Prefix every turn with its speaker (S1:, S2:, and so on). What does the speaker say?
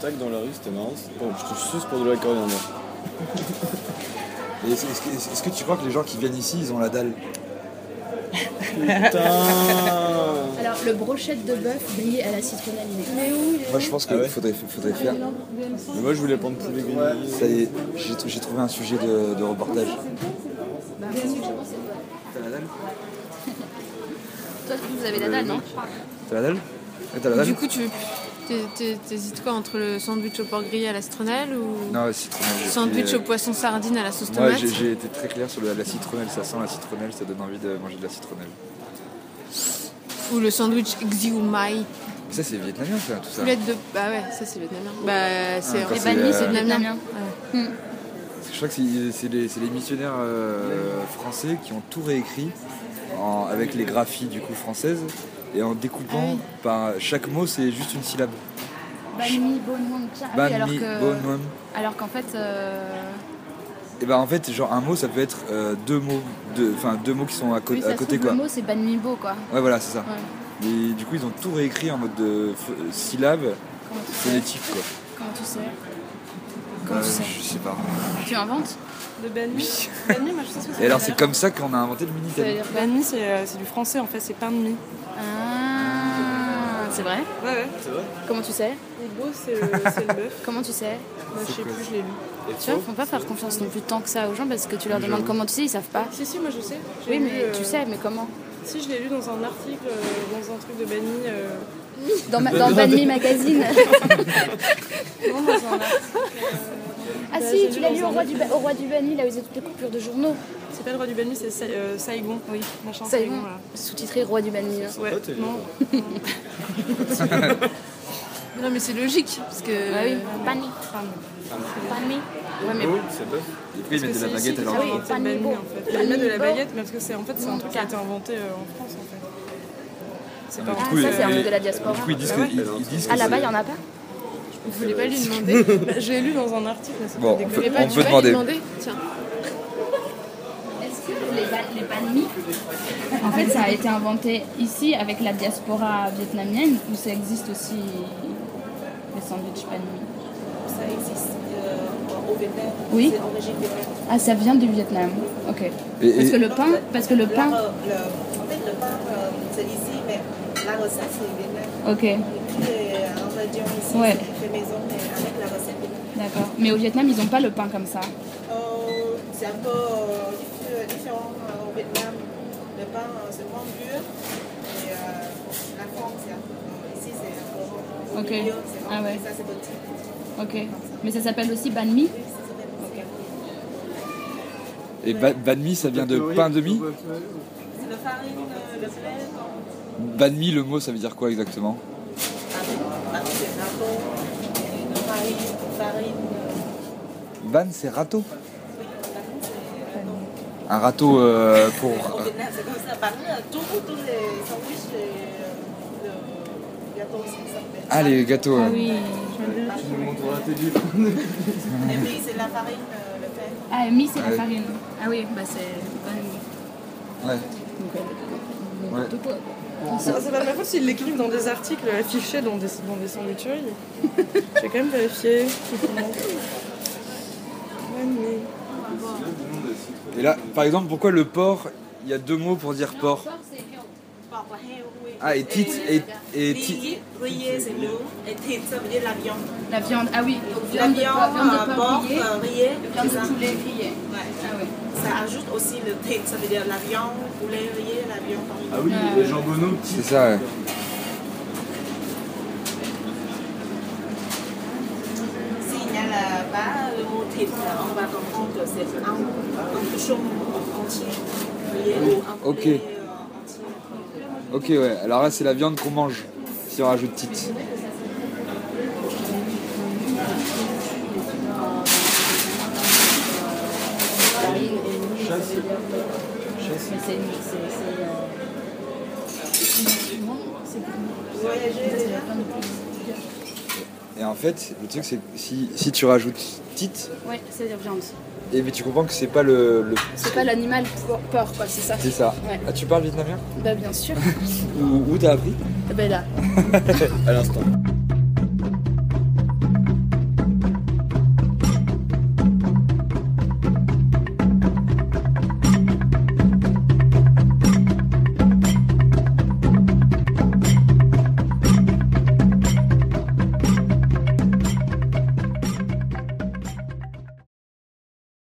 S1: tac dans la rue, c'était marrant. c'est- Bon, je te suce pour de la coriandre.
S2: Et Est-ce est-ce que, est-ce que tu crois que les gens qui viennent ici, ils ont la dalle
S1: Putain
S3: Alors, le brochette de bœuf grillé à la citron alignée.
S2: Moi, je pense qu'il
S1: Ah ouais
S2: faudrait, faudrait faire.
S1: Mais moi je voulais prendre poulet grillé.
S2: Ça y est, j'ai trou- j'ai trouvé un sujet de, de reportage.
S3: Bah, c'est celui que je pense, c'est toi.
S2: T'as la dalle
S4: Toi, vous avez la dalle, non
S2: T'as la dalle Eh, T'as la
S5: Du
S2: dalle
S5: coup, tu t'hé- t'hé- t'hésites quoi entre le sandwich au porc grillé à la citronnelle ou
S2: Non, citronnelle. j'ai
S5: sandwich
S2: pris, euh,
S5: au poisson sardine à la sauce
S2: Moi,
S5: tomate
S2: j'ai- j'ai été très clair sur le- la citronnelle. Ça sent la citronnelle, ça donne envie de manger de la citronnelle.
S5: ou le sandwich xiu mai
S2: Mais ça, c'est vietnamien, ça, tout ça.
S5: Poulette de bah ouais, ça c'est vietnamien. Bah c'est
S2: Ah, quand
S5: en
S2: c'est, euh,
S5: c'est vietnamien.
S4: vietnamien.
S5: Ouais.
S2: Je crois que c'est- c'est les, c'est les missionnaires euh, français qui ont tout réécrit en- avec les graphies du coup françaises et en découpant
S5: Ah oui.
S2: par chaque mot c'est juste une syllabe.
S4: Banh mi, bonne moine, tiens. Ah oui,
S2: Banh
S4: alors
S2: mi,
S4: que-
S2: bon nom.
S4: Alors qu'en fait, euh,
S2: Et bah en fait genre un mot ça peut être euh, deux mots, deux- enfin deux mots qui sont à, co-
S4: oui, ça
S2: à
S4: se
S2: côté
S4: trouve,
S2: quoi.
S4: le mot c'est banh mi bo quoi.
S2: Ouais voilà c'est ça.
S4: Ouais.
S2: Et du coup ils ont tout réécrit en mode de f- syllabe
S4: Comment tu sais
S2: phonétique quoi.
S4: Comment tu sais
S2: Euh, je sais pas.
S4: Tu inventes
S6: De Ben
S2: Oui.
S6: Benmi, moi je pense que
S2: Et alors c'est comme ça qu'on a inventé le
S6: Ça veut
S2: minitel.
S6: dire quoi Benmi, c'est euh, c'est du français en fait, c'est pain de mie.
S4: Ah, c'est vrai
S6: Ouais, ouais.
S4: Comment tu sais
S6: Et beau, c'est le, c'est le bœuf.
S4: Comment tu sais
S6: Bah, je sais plus, je l'ai lu.
S4: Tu vois, faut pas faire confiance non plus tant que ça aux gens parce que tu leur demandes comment tu sais, ils savent pas.
S6: Si, si, moi je sais. J'ai
S4: Oui,
S6: lu,
S4: mais
S6: euh,
S4: tu sais, mais comment
S6: Si, je l'ai lu dans un article, euh, dans un truc de Ben Mee, euh,
S4: Dans, ma, dans Banh Mi Magazine.
S6: Non, dans un article.
S4: ah
S6: Bah,
S4: si,
S6: j'ai
S4: tu
S6: lu
S4: l'as
S6: dans
S4: lu
S6: un
S4: au roi du, Ba- au roi du Banh Mi, là où ils ont toutes les coupures de journaux.
S6: C'est pas le roi du Ben Mee, c'est Sa- euh, Saigon. Oui, machin
S4: Saigon.
S6: Saigon. là.
S4: Sous-titré roi du Banh Mi. hein.
S6: Ouais,
S1: toi, t'es
S6: non.
S5: Non mais c'est logique parce que
S4: Bah oui, Banh Mi. Banh Mi. Ouais, mais
S1: Oh, c'est bœuf.
S2: Et puis ils mettent de la
S6: C'est ici
S2: baguette à
S6: qu'ils
S2: leur
S6: ont
S4: alors.
S2: envie.
S4: Oui, Banh Mi
S6: inventé le Ben Mee,
S4: Bo.
S6: en fait. Ils mettent de
S4: Banh Mi
S6: la
S4: Bo.
S6: baguette parce que c'est en fait, c'est un truc qui a été inventé euh, en France en fait.
S5: Ah,
S6: C'est pas euh,
S2: Du
S6: en
S2: coup,
S4: Ah, ça,
S2: ils-
S4: c'est un truc de la
S2: ils-
S4: diaspora.
S2: Du coup ils disent
S6: Ah
S2: que-
S6: ouais.
S2: ils- ils disent que
S4: Ah là-bas,
S2: c'est-
S4: il y en a pas
S5: vous voulez pas lui demander. Vous
S6: Bah, je l'ai lu dans un article, mais c'était
S2: Bon, on
S6: dégueulasse.
S2: peut,
S5: voulez pas
S2: on
S5: tu
S2: peut
S5: vas
S2: demander.
S5: lui demander Tiens.
S4: Est-ce que les, ba- les banh mi, en fait, ça a été inventé ici avec la diaspora vietnamienne ou ça existe aussi les sandwichs banh mi
S7: Ça existe euh, au Vietnam.
S4: Oui.
S7: C'est origine vietnamienne.
S4: Ah, ça vient du Vietnam. Ok.
S2: Et- et-
S4: Parce que le pain, parce que le
S7: La
S4: pain.
S7: re- Euh, le- en fait, le pain, euh, c'est ici, mais la recette, c'est Vietnam.
S4: Ok,
S7: Tout est euh, en région ici,
S4: Ouais.
S7: c'est fait maison, mais avec la recette Vietnam.
S4: d'accord. Mais au Vietnam, ils ont pas le pain comme ça.
S7: Euh, c'est un peu euh, diff- différent euh, au Vietnam. Le pain, euh, c'est moins dur. Et euh, la forme, c'est un peu. euh, Ici, c'est un peu rond. Au
S4: Ok.
S7: milieu, c'est
S4: Ah
S7: rond,
S4: ouais.
S7: et Ça, c'est petit.
S4: Ok. Mais ça s'appelle aussi banh mi.
S2: Et ba- banh mi, ça vient de pain de mie
S7: C'est de farine, euh, le blé, euh,
S2: Banh mi, le mot, ça veut dire quoi exactement
S7: Ah, c'est râteau, euh, farine, farine, euh,
S2: Ban, c'est râteau.
S7: oui, farine, c'est râteau.
S2: Un râteau euh, pour...
S7: Au Vietnam, c'est comme ça. Parmi euh, tous tous les sandwichs, les, euh, le gâteau, c'est ça.
S2: Ah, les gâteaux. euh.
S7: Et puis, euh, c'est la farine, euh, le pain.
S4: Ah, mi, c'est
S2: Ouais.
S4: la farine. Ah oui, bah c'est banh mi.
S2: Ouais. Ouais.
S4: De quoi
S6: Ah, C'est pas de ma faute s'ils l'écrivent dans des articles affichés dans des, dans des sandwicheries. Je vais quand même vérifier. Ouais, mais-
S2: Et là, par exemple, pourquoi le porc, il y a deux mots pour dire porc
S7: Porc, heo, oui.
S2: Ah, et tit... Et, et tit...
S7: Riz, riz, c'est nous. Et tit, ça veut dire la viande.
S4: La viande, ah oui,
S7: La
S4: viande de
S7: viande,
S4: porc, viande de
S7: euh,
S4: porc
S7: porc,
S4: grillée,
S7: euh, riz,
S4: viande
S7: c'est ça.
S4: de poulet grillée.
S7: Ouais.
S4: Ah oui.
S7: Ça ajoute aussi le tit, ça veut dire la viande, poulet, riz, la viande.
S1: Ah oui, les jambonneaux
S2: C'est ça, ouais.
S7: S'il n'y a là pas le mot tit, là, on va comprendre que c'est un, un cochon entier. riz ou un
S2: Ok.
S7: poulet, euh, entier.
S2: Ok, ouais. Alors là, c'est la viande qu'on mange, si on rajoute tit.
S7: Voyager déjà
S2: Et en fait, le truc, c'est que si, si tu rajoutes tit,
S4: Ouais, c'est la viande.
S2: et mais tu comprends que c'est pas le... le-
S4: C'est pas l'animal pour porc, quoi, c'est ça.
S2: C'est ça.
S4: Ouais.
S2: Ah, tu parles vietnamien
S4: Bah bien sûr.
S2: Où, où t'as appris
S4: Bah là.
S1: à l'instant.